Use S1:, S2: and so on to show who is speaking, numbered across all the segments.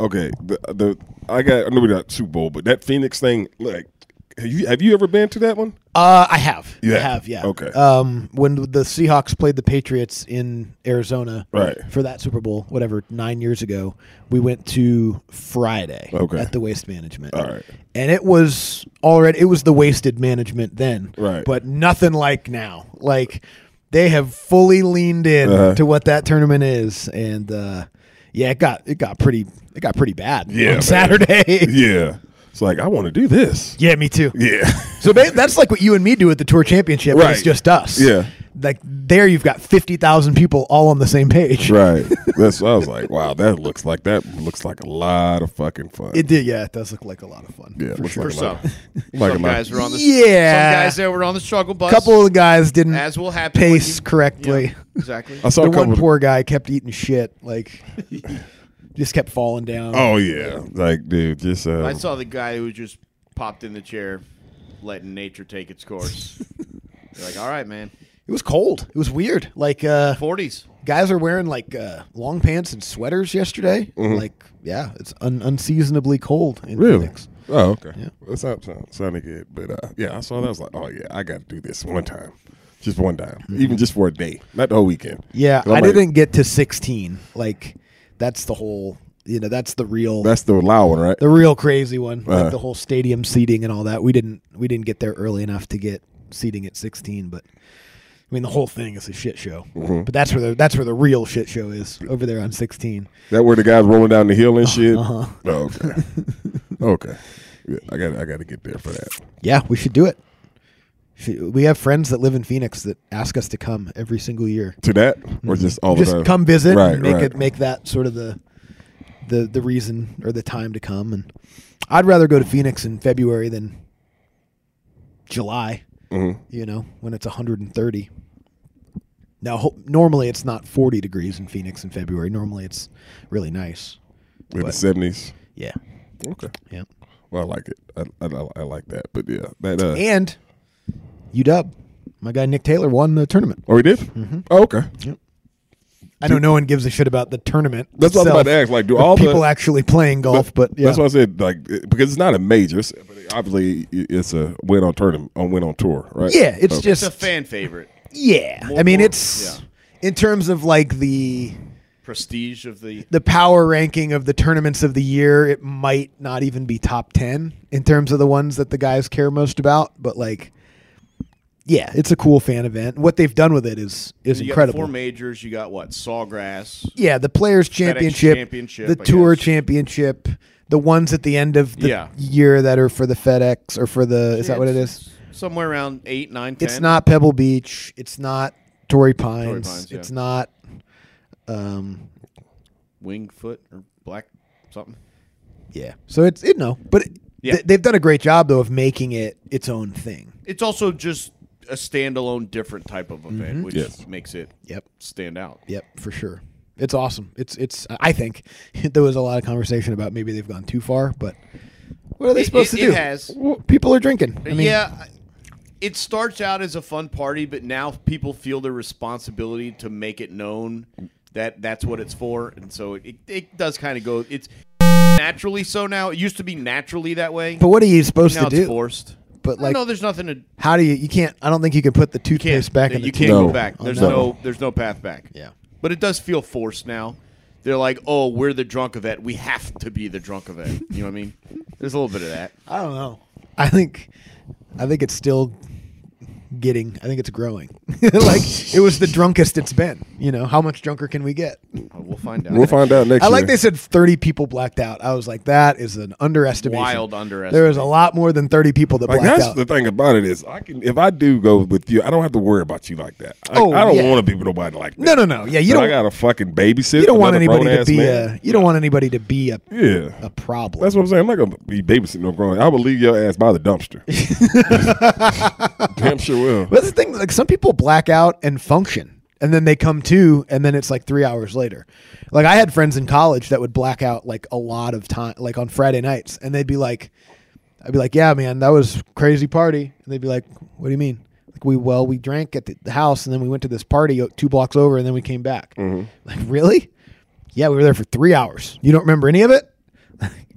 S1: Okay, the the I got I know we're not Super Bowl, but that Phoenix thing, like, have you have you ever been to that one?
S2: Uh, I have.
S1: You
S2: I
S1: have?
S2: have, yeah.
S1: Okay.
S2: Um, when the Seahawks played the Patriots in Arizona
S1: Right.
S2: for that Super Bowl, whatever, nine years ago, we went to Friday
S1: Okay.
S2: at the Waste Management.
S1: All right.
S2: And it was already, it was the wasted management then.
S1: Right.
S2: But nothing like now. Like, they have fully leaned in
S1: Uh-huh.
S2: to what that tournament is. And, uh, yeah, it got it got pretty it got pretty bad
S1: Yeah,
S2: on
S1: man.
S2: Saturday.
S1: Yeah, it's like I want to do this.
S2: yeah, me too.
S1: Yeah,
S2: So ba- that's like what you and me do at the tour championship. Right. It's
S1: Right.
S2: just us.
S1: Yeah.
S2: Like there, you've got fifty thousand people all on the same page.
S1: right. That's I was like, wow, that looks like that looks like a lot of fucking fun.
S2: It did. Yeah, it does look like a lot of fun.
S1: yeah, it looks
S3: For
S1: like a
S3: some,
S1: lot. like a
S3: some
S1: lot.
S3: guys were on the
S2: Yeah.
S3: Some guys that were on the struggle
S2: A
S3: bus.
S2: couple of guys didn't
S3: as will happen. when
S2: pace
S3: you-
S2: correctly.
S3: Yeah, exactly.
S1: I saw
S2: The
S1: a couple.
S2: one
S1: of-
S2: poor guy kept eating shit. Like, just kept falling down.
S1: oh yeah, like dude, just uh,
S3: I saw the guy who just popped in the chair, letting nature take its course. You're like, all right, man,
S2: It was cold. It was weird. Like, uh,
S3: forties.
S2: guys are wearing like uh, long pants and sweaters yesterday. Like, yeah, it's un- unseasonably cold. In
S1: Mm-hmm. really.
S2: Phoenix.
S1: Oh okay. That's not sound- sounding good, but uh, yeah, I saw that. I was like, oh yeah, I got to do this one time, just one time, even just for a day, not the whole weekend.
S2: Mm-hmm. Yeah,
S1: 'Cause I'm
S2: I
S1: like,
S2: didn't get to 16. Like that's the whole, you know, that's the real
S1: That's the loud one, right?
S2: the real crazy one.
S1: Uh-huh.
S2: Like the whole stadium seating and all that. We didn't we didn't get there early enough to get seating at 16, but I mean the whole thing is a shit show.
S1: Mm-hmm.
S2: But that's where the that's where the real shit show is over there on 16.
S1: That where the guys rolling down the hill and shit.
S2: Uh-huh.
S1: Oh, okay, okay. Yeah, I got I got to get there for that.
S2: Yeah, we should do it. Should- We have friends that live in Phoenix that ask us to come every single year.
S1: To that or just all the
S2: Mm-hmm. Just
S1: time?
S2: come visit
S1: Right,
S2: and make
S1: right.
S2: it make that sort of the the the reason or the time to come and I'd rather go to Phoenix in February than July.
S1: Mm-hmm.
S2: You know, when it's 130. Now, ho- normally it's not 40 degrees in Phoenix in February. Normally it's really nice.
S1: in the seventies.
S2: Yeah.
S1: Okay,
S2: Yeah.
S1: well I like it. I, I, I like that. But yeah, that. Uh,
S2: And UW, my guy Nick Taylor won the tournament.
S1: oh, we did.
S2: Mm-hmm.
S1: Oh, okay.
S2: I know no one gives a shit about the tournament.
S1: That's what I was
S2: itself,
S1: about to ask, like, do
S2: or
S1: all the-
S2: people actually playing golf? But, yeah.
S1: That's why I said like it- because it's not a major. It's, but it- obviously, i- it's a win on tournament on win on tour, right?
S2: yeah, it's
S1: Okay.
S3: It's
S2: just
S3: a fan favorite.
S2: Yeah,
S3: More-
S2: I mean
S3: more-
S2: it's in terms of like the
S3: Prestige of the
S2: the power ranking of the tournaments of the year, it might not even be top ten in terms of the ones that the guys care most about. But like, yeah, it's a cool fan event. What they've done with it is is
S3: you
S2: incredible.
S3: Got four majors. You got what? Sawgrass.
S2: yeah, the players championship,
S3: Championship,
S2: the
S3: I
S2: tour
S3: guess.
S2: championship, the ones at the end of the
S3: Yeah.
S2: year that are for the FedEx or for the is that what it is?
S3: Somewhere around eight, nine, ten.
S2: It's not Pebble Beach. It's not Torrey Pines.
S3: Pines, yeah.
S2: It's not. Um,
S3: Wingfoot or Black something.
S2: yeah. So it's it no, but it,
S3: Yeah.
S2: th- they've done a great job though of making it its own thing.
S3: It's also just a standalone, different type of event,
S2: Mm-hmm.
S3: which
S1: Yes.
S3: makes it
S2: Yep.
S3: stand out.
S2: Yep, for sure. It's awesome. It's it's. I think there was a lot of conversation about maybe they've gone too far, but what are they
S3: It-
S2: supposed
S3: it-
S2: to
S3: it
S2: do?
S3: has.
S2: Well, people are drinking. I mean,
S3: yeah, I- it starts out as a fun party, but now people feel the responsibility to make it known that that's what it's for, and so it, it does kind of go. It's naturally so now. It used to be naturally that way.
S2: But what are you supposed
S3: now
S2: to
S3: it's
S2: do?
S3: forced.
S2: But, like-
S3: no, there's nothing to you
S2: How do you? You can't. I don't think you can put the
S3: can't
S2: toothpaste back in
S3: you
S2: the
S3: can't
S2: tube.
S1: No.
S3: go back.
S2: on
S3: There's
S2: that.
S3: no there's no path back.
S2: Yeah.
S3: but it does feel forced now. they're like, oh, we're the drunk event. We have to be the drunk event. You know what I mean? There's a little bit of that.
S2: I don't know. I think I think it's still getting. I think it's growing. like it was the drunkest it's been. You know, how much drunker can we get?
S3: Oh, we'll find out.
S1: We'll find out next
S2: I like
S1: year.
S2: they said 30 people blacked out. I was like, that is an underestimation.
S3: Wild underestimation.
S2: There was a lot more than 30 people that
S1: Like
S2: blacked
S1: that's
S2: out.
S1: the thing about it is I can if I do go with you, I don't have to worry about you like that. Like,
S2: Oh,
S1: I don't
S2: yeah.
S1: want to be with nobody like that.
S2: No, no, no. Yeah, you
S1: But I
S2: don't-
S1: got a fucking babysit.
S2: you don't want
S1: another
S2: anybody to
S1: grown-ass
S2: be
S1: man.
S2: a. You don't want anybody to be a
S1: yeah.
S2: a problem.
S1: That's what I'm saying. I'm not gonna be babysitting no grown. I will leave your ass by the dumpster. Damn sure will.
S2: But the thing, like some people black out and function, and then they come to, and then it's like three hours later. Like I had friends in college that would black out like a lot of time, like on Friday nights, and they'd be like, "I'd be like, yeah, man, that was crazy party," and they'd be like, "What do you mean?" Like we well, we drank at the- the house, and then we went to this party o- two blocks over, and then we came back.
S3: Mm-hmm.
S2: Like really? Yeah, we were there for three hours. You don't remember any of it?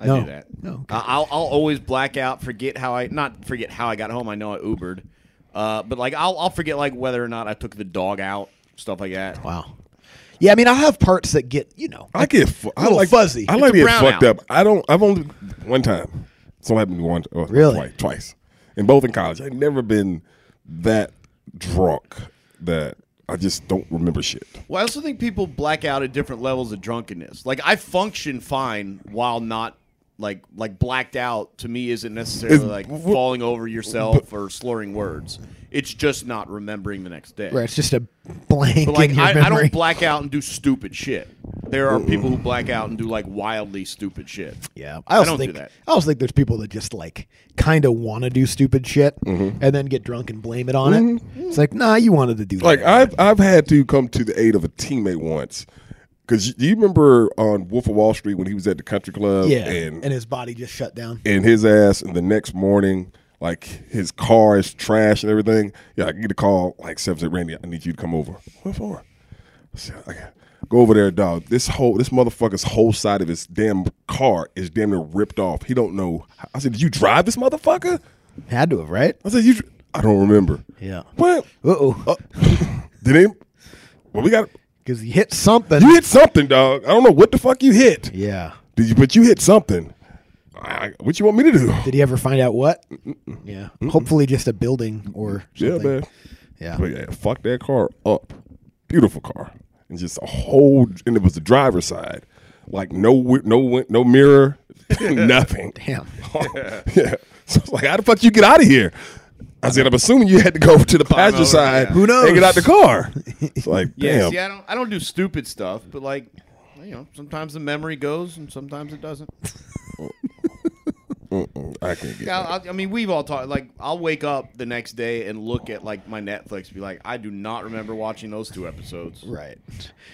S3: I
S2: No.
S3: do that.
S2: No,
S3: I- I'll I'll always black out, forget how I not forget how I got home. I know I Ubered, uh, but like I'll I'll forget like whether or not I took the dog out, stuff like that.
S2: Wow. Yeah, I mean, I'll have parts that get you know.
S1: I get fu- I
S2: little
S1: like
S2: fuzzy.
S1: I
S2: It's
S1: like
S3: a
S1: being
S3: brownout.
S1: fucked up. I don't. I've only one time. So happened to me one. Or
S2: Really?
S1: Twice, twice, and both in college. I've never been that drunk that I just don't remember shit.
S3: Well, I also think people black out at different levels of drunkenness. Like I function fine while not like like blacked out. To me, isn't necessarily
S1: It's-
S3: like
S1: wh-
S3: falling over yourself or slurring words. It's just not remembering the next day.
S2: Right, it's just a blank.
S3: But like
S2: in your
S3: I, I
S2: memory.
S3: don't black out and do stupid shit. There are people who black out and do like wildly stupid shit.
S2: Yeah, I also
S3: don't do
S2: think
S3: that.
S2: I also think there's people that just like kind of want to do stupid shit and then get drunk and blame it on it. It's like, nah, you wanted to do
S1: Like
S2: that.
S1: I've I've had to come to the aid of a teammate once. Cause do you remember on Wolf of Wall Street when he was at the country club?
S2: yeah,
S1: and
S2: and, his body just shut down.
S1: and his ass and the next morning like his car is trash and everything yeah i get a call like seven said randy i need you to come over what for I said, "I got- go over there dog this whole this motherfucker's whole side of his damn car is damn near ripped off he don't know i said did you drive this motherfucker
S2: Had to have, right?
S1: i said you dr- i don't remember
S2: Yeah.
S1: what
S2: Uh oh,
S1: did he well we got
S2: because he hit something.
S1: you hit something dog i don't know what the fuck you hit
S2: yeah.
S1: did you but you hit something I, what you want me to do
S2: Did he ever find out what? Yeah. Hopefully, just a building or
S1: yeah
S2: something.
S1: man
S2: Yeah.
S1: But yeah, fuck that car up. Beautiful car. And just a whole and it was the driver's side. Like no wi- no win- no mirror, nothing.
S2: Damn.
S1: yeah. So I was like, how the fuck you get out of here? I said, I'm assuming you had to go to the passenger
S3: over,
S1: side.
S3: yeah.
S2: Who knows?
S1: And get out the car. It's like,
S3: Yeah,
S1: damn.
S3: see, I don't, I don't do stupid stuff, but like, you know, sometimes the memory goes and sometimes it doesn't.
S1: I can't get
S3: Yeah,
S1: that.
S3: I, I mean, we've all talked. Like, I'll wake up the next day and look at like my Netflix, and be like, I do not remember watching those two episodes.
S2: Right.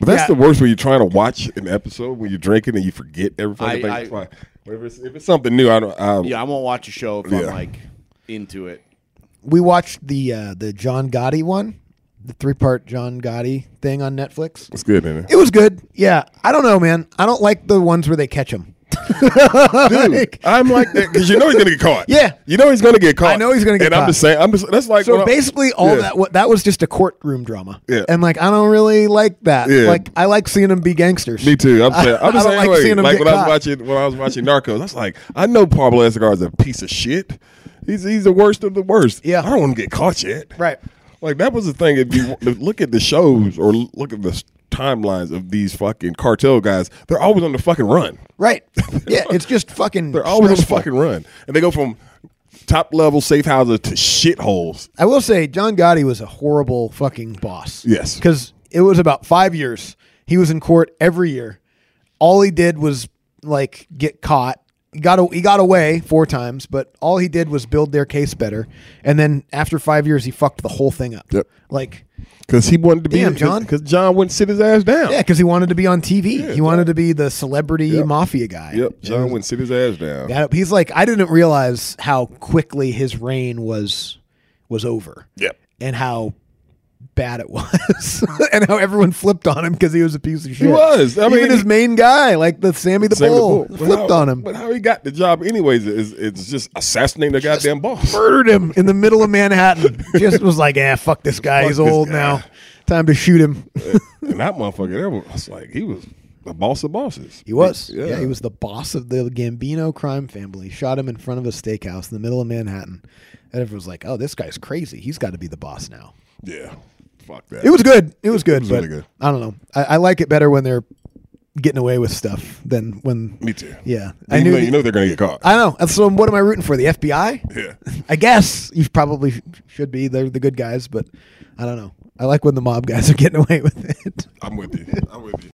S1: But that's
S2: Yeah.
S1: the worst when you're trying to watch an episode when you're drinking and you forget everything.
S3: I-
S1: I,
S3: I-
S1: like, if, it's, if it's something new, I don't. I,
S3: Yeah, I won't watch a show if I'm
S1: Yeah.
S3: like into it.
S2: we watched the uh, the John Gotti one, the three part John Gotti thing on Netflix.
S1: It's good in it.
S2: It was good. Yeah. I don't know, man. I don't like the ones where they catch him.
S1: Dude, I'm like that because you know he's gonna get caught.
S2: Yeah.
S1: you know he's gonna get caught.
S2: I know he's gonna get
S1: and
S2: caught.
S1: I'm just saying, I'm just that's like
S2: So
S1: when I-
S2: basically, all
S1: Yeah.
S2: that wa- that was just a courtroom drama.
S1: Yeah.
S2: And like, I don't really like that.
S1: Yeah.
S2: Like, I like seeing them be gangsters.
S1: Me too. I'm saying, I'm
S2: I don't
S1: just saying,
S2: like
S1: like,
S2: seeing him
S1: like
S2: get
S1: when I
S2: caught.
S1: was watching when I was watching Narcos, I was like, I know Pablo Escobar is a piece of shit. He's he's the worst of the worst.
S2: Yeah.
S1: I don't want to get caught yet.
S2: Right.
S1: Like that was the thing. If you if look at the shows or look at the s- timelines of these fucking cartel guys, they're always on the fucking run.
S2: Right. Yeah. It's just fucking.
S1: They're always on the
S2: stressful.
S1: fucking run, and they go from top level safe houses to shitholes.
S2: I will say, John Gotti was a horrible fucking boss.
S1: Yes.
S2: Because it was about five years. He was in court every year. All he did was like get caught. He got a, he got away four times, but all he did was build their case better. And then after five years, he fucked the whole thing up.
S1: Yep.
S2: Like.
S1: Because he wanted to be
S2: Damn, John.
S1: Because John wouldn't sit his ass down.
S2: Yeah, because he wanted to be on TV. he wanted to be the celebrity mafia guy.
S1: Yep. John wouldn't sit his ass down.
S2: That- he's like, I didn't realize how quickly his reign was was over.
S1: Yep.
S2: And how bad it was, and how everyone flipped on him because he was a piece of shit.
S1: was. I
S2: Even
S1: mean,
S2: his
S1: he-
S2: main guy, like the Sammy the
S1: Same with
S2: Bull,
S1: Bull. But
S2: flipped
S1: how-
S2: on him,
S1: But how he got the job, anyways, is it's just assassinating the goddamn boss.
S2: murdered him in the middle of Manhattan. Just was like, ah, fuck this guy.
S1: Fuck
S2: he's
S1: this
S2: old
S1: guy."
S2: now. Time to shoot him.
S1: and that motherfucker, there was I was like, he was the boss of bosses.
S2: He was. Yeah. he was the boss of the Gambino crime family. Shot him in front of a steakhouse in the middle of Manhattan. And everyone was like, "Oh, this guy's crazy. He's got to be the boss now."
S1: Yeah. Fuck that.
S2: It was good. It was good.
S1: was
S2: but
S1: really good.
S2: I don't know. I, I like it better when they're getting away with stuff than when.
S1: Me too. You,
S2: Yeah, I knew.
S1: know,
S2: the-
S1: you know they're gonna get caught.
S2: I know. And So what am I rooting for? The FBI?
S1: yeah.
S2: I guess you probably sh- should be. They're the good guys, but I don't know. I like when the mob guys are getting away with it.
S1: I'm with you. I'm with you.